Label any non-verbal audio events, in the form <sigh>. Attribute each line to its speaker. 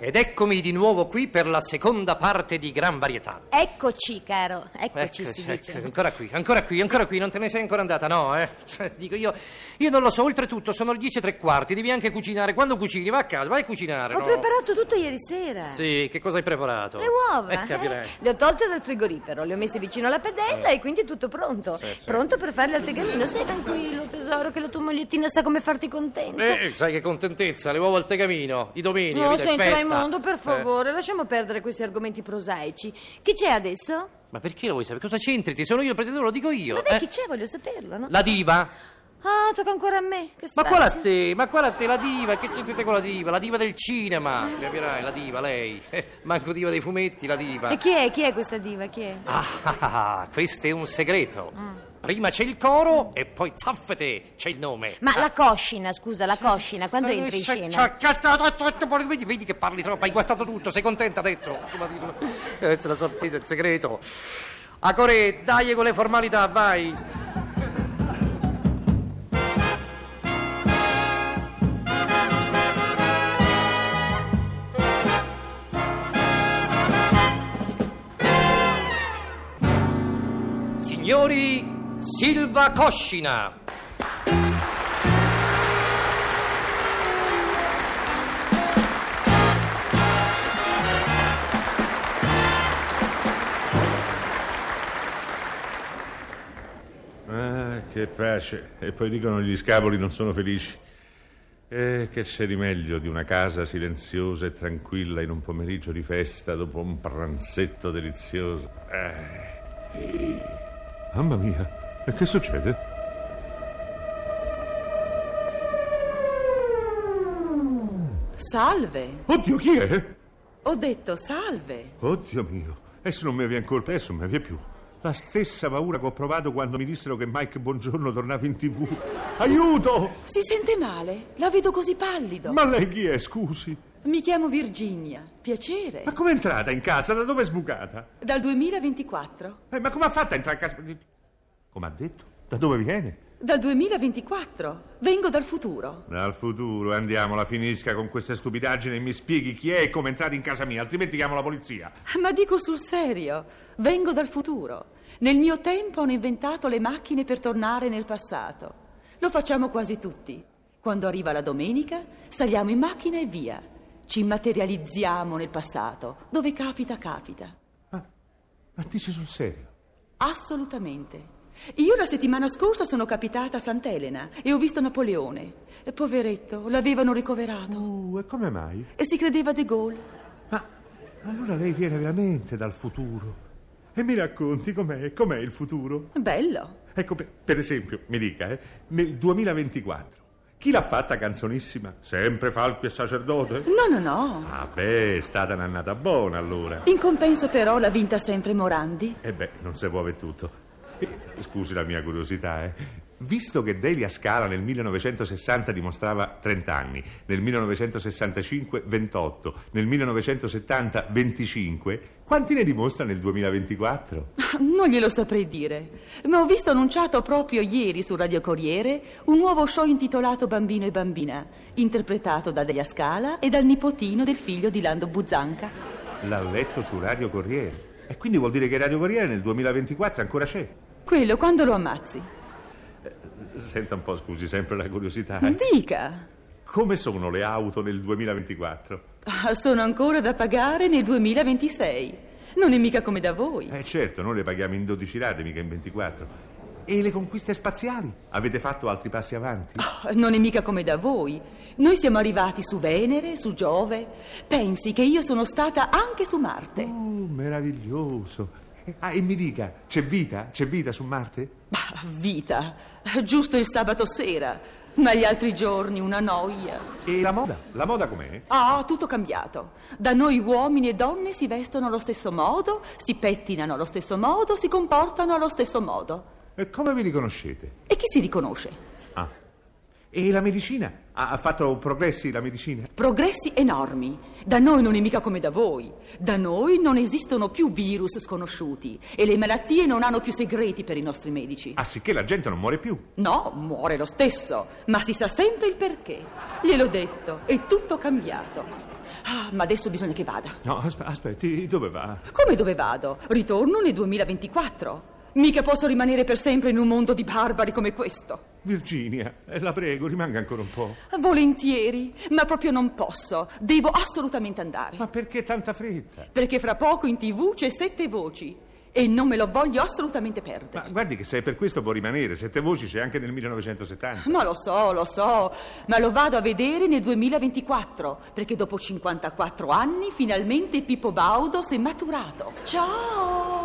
Speaker 1: Ed eccomi di nuovo qui per la seconda parte di Gran Varietà.
Speaker 2: Eccoci, caro, eccoci, si dice.
Speaker 1: eccoci, ancora qui, ancora qui, ancora qui, non te ne sei ancora andata, no, eh? Cioè, Dico io, io non lo so, oltretutto sono le 10 e tre quarti, devi anche cucinare. Quando cucini, va a casa, vai a cucinare,
Speaker 2: Ho
Speaker 1: no?
Speaker 2: preparato tutto ieri sera.
Speaker 1: Sì, che cosa hai preparato?
Speaker 2: Le uova.
Speaker 1: Eh, capirei. Eh.
Speaker 2: Le ho tolte dal frigorifero, le ho messe vicino alla padella e quindi è tutto pronto.
Speaker 1: Sì, sì.
Speaker 2: Pronto per farle al tegamino. Stai tranquillo, tesoro, che la tua mogliettina sa come farti contento.
Speaker 1: Eh, sai che contentezza, le uova al tegamino, di domenica,
Speaker 2: no,
Speaker 1: vita, è
Speaker 2: senti,
Speaker 1: festa.
Speaker 2: Raimondo, per
Speaker 1: Eh,
Speaker 2: favore, lasciamo perdere questi argomenti prosaici. Chi c'è adesso?
Speaker 1: Ma perché lo vuoi sapere? Cosa c'entri? Ti sono io il presidente, lo dico io.
Speaker 2: Vabbè,
Speaker 1: eh.
Speaker 2: chi c'è? Voglio saperlo, no?
Speaker 1: La diva?
Speaker 2: Ah, tocca ancora a me. Che
Speaker 1: Ma qual a
Speaker 2: strazio.
Speaker 1: te? Ma qual a te la diva? Che c'entra te con la diva? La diva del cinema, capirai, la diva, lei. <laughs> Eh, Manco diva dei fumetti, la diva.
Speaker 2: E chi è? Chi è questa diva? Chi è?
Speaker 1: Ah, ah, ah, ah, questo è un segreto. Prima c'è il coro e poi zaffete, c'è il nome.
Speaker 2: Ma la coscina, scusa, la coscina, quando
Speaker 1: Eh,
Speaker 2: entri in
Speaker 1: c'è-
Speaker 2: scena?
Speaker 1: c'è- c'è- c'è- c'è- c'è- Vedi vedi che parli troppo, hai guastato tutto, sei contenta dentro. <laughs> Questa è la sorpresa, il segreto. A Corè, dai con le formalità, vai. Signori, Silva Coscina.
Speaker 3: Ah, che pace. E poi dicono gli scapoli non sono felici. Eh, che c'è di meglio di una casa silenziosa e tranquilla in un pomeriggio di festa dopo un pranzetto delizioso. Eh. Mamma mia, e che succede?
Speaker 4: Salve,
Speaker 3: Oddio, chi è?
Speaker 4: ho detto salve.
Speaker 3: Oddio mio, adesso non mi avviene colpa, adesso non mi avviene più. La stessa paura che ho provato quando mi dissero che Mike Buongiorno tornava in tv. Aiuto!
Speaker 4: Si sente male? La vedo così pallido.
Speaker 3: Ma lei chi è, scusi?
Speaker 4: Mi chiamo Virginia. Piacere.
Speaker 3: Ma com'è entrata in casa? Da dove è sbucata?
Speaker 4: Dal 2024.
Speaker 3: Eh, ma come ha fatto a entrare a casa? Come ha detto? Da dove viene?
Speaker 4: Dal 2024. Vengo dal futuro.
Speaker 3: Dal futuro, andiamo, la finisca con queste stupidaggini e mi spieghi chi è e come è entrato in casa mia, altrimenti chiamo la polizia.
Speaker 4: Ma dico sul serio, vengo dal futuro. Nel mio tempo hanno inventato le macchine per tornare nel passato. Lo facciamo quasi tutti. Quando arriva la domenica, saliamo in macchina e via. Ci materializziamo nel passato. Dove capita, capita.
Speaker 3: Ma dici sul serio?
Speaker 4: Assolutamente. Io la settimana scorsa sono capitata a Sant'Elena e ho visto Napoleone. E Poveretto, l'avevano ricoverato.
Speaker 3: Uh, e come mai?
Speaker 4: E si credeva De Gaulle.
Speaker 3: Ma allora lei viene veramente dal futuro. E mi racconti com'è, com'è il futuro?
Speaker 4: Bello.
Speaker 3: Ecco, per, per esempio, mi dica, eh, nel 2024, chi l'ha fatta canzonissima? Sempre Falco e Sacerdote?
Speaker 4: No, no, no.
Speaker 3: Ah beh, è stata una annata buona allora.
Speaker 4: In compenso però l'ha vinta sempre Morandi. <laughs>
Speaker 3: E Eh beh, non si muove tutto. Eh, Scusi la mia curiosità, eh. Visto che Delia Scala nel 1960 dimostrava 30 anni, nel 1965 28, nel 1970 25, quanti ne dimostra nel 2024?
Speaker 4: Non glielo saprei dire, ma ho visto annunciato proprio ieri su Radio Corriere un nuovo show intitolato Bambino e Bambina, interpretato da Delia Scala e dal nipotino del figlio di Lando Buzzanca.
Speaker 3: L'ha letto su Radio Corriere. E quindi vuol dire che Radio Corriere nel 2024 ancora c'è.
Speaker 4: Quello quando lo ammazzi.
Speaker 3: Senta un po', scusi, sempre la curiosità. eh.
Speaker 4: Dica,
Speaker 3: Come sono le auto nel 2024?
Speaker 4: Ah, sono ancora da pagare nel 2026. Non è mica come da voi.
Speaker 3: Eh certo, noi le paghiamo in 12 rate, mica in 24. E le conquiste spaziali? Avete fatto altri passi avanti?
Speaker 4: Ah, Non è mica come da voi. Noi siamo arrivati su Venere, su Giove. Pensi che io sono stata anche su Marte.
Speaker 3: Oh, meraviglioso. Ah, e mi dica, c'è vita? C'è vita su Marte?
Speaker 4: Ma vita, giusto il sabato sera, ma gli altri giorni una noia.
Speaker 3: E la moda? La moda com'è?
Speaker 4: Ah, tutto cambiato. Da noi uomini e donne si vestono allo stesso modo, si pettinano allo stesso modo, si comportano allo stesso modo.
Speaker 3: E Eh, come vi riconoscete?
Speaker 4: E chi si riconosce?
Speaker 3: Ah. E la medicina? Ha, ha fatto progressi la medicina?
Speaker 4: Progressi enormi. Da noi non è mica come da voi. Da noi non esistono più virus sconosciuti e le malattie non hanno più segreti per i nostri medici.
Speaker 3: Ah, sì che la gente non muore più.
Speaker 4: No, muore lo stesso, ma si sa sempre il perché. Gliel'ho detto, è tutto cambiato. Ah, ma adesso bisogna che vada.
Speaker 3: No, aspe- aspetti, dove va?
Speaker 4: Come dove vado? Ritorno nel 2024. Mica posso rimanere per sempre in un mondo di barbari come questo.
Speaker 3: Virginia, eh, la prego, rimanga ancora un po'.
Speaker 4: Volentieri, ma proprio non posso. Devo assolutamente andare.
Speaker 3: Ma perché tanta fretta?
Speaker 4: Perché fra poco in tv c'è sette voci e non me lo voglio assolutamente perdere.
Speaker 3: Ma guardi che se è per questo può rimanere, sette voci c'è anche nel 1970.
Speaker 4: Ma lo so, lo so, ma lo vado a vedere nel 2024, perché dopo 54 anni finalmente Pippo Baudo si è maturato.
Speaker 2: Ciao!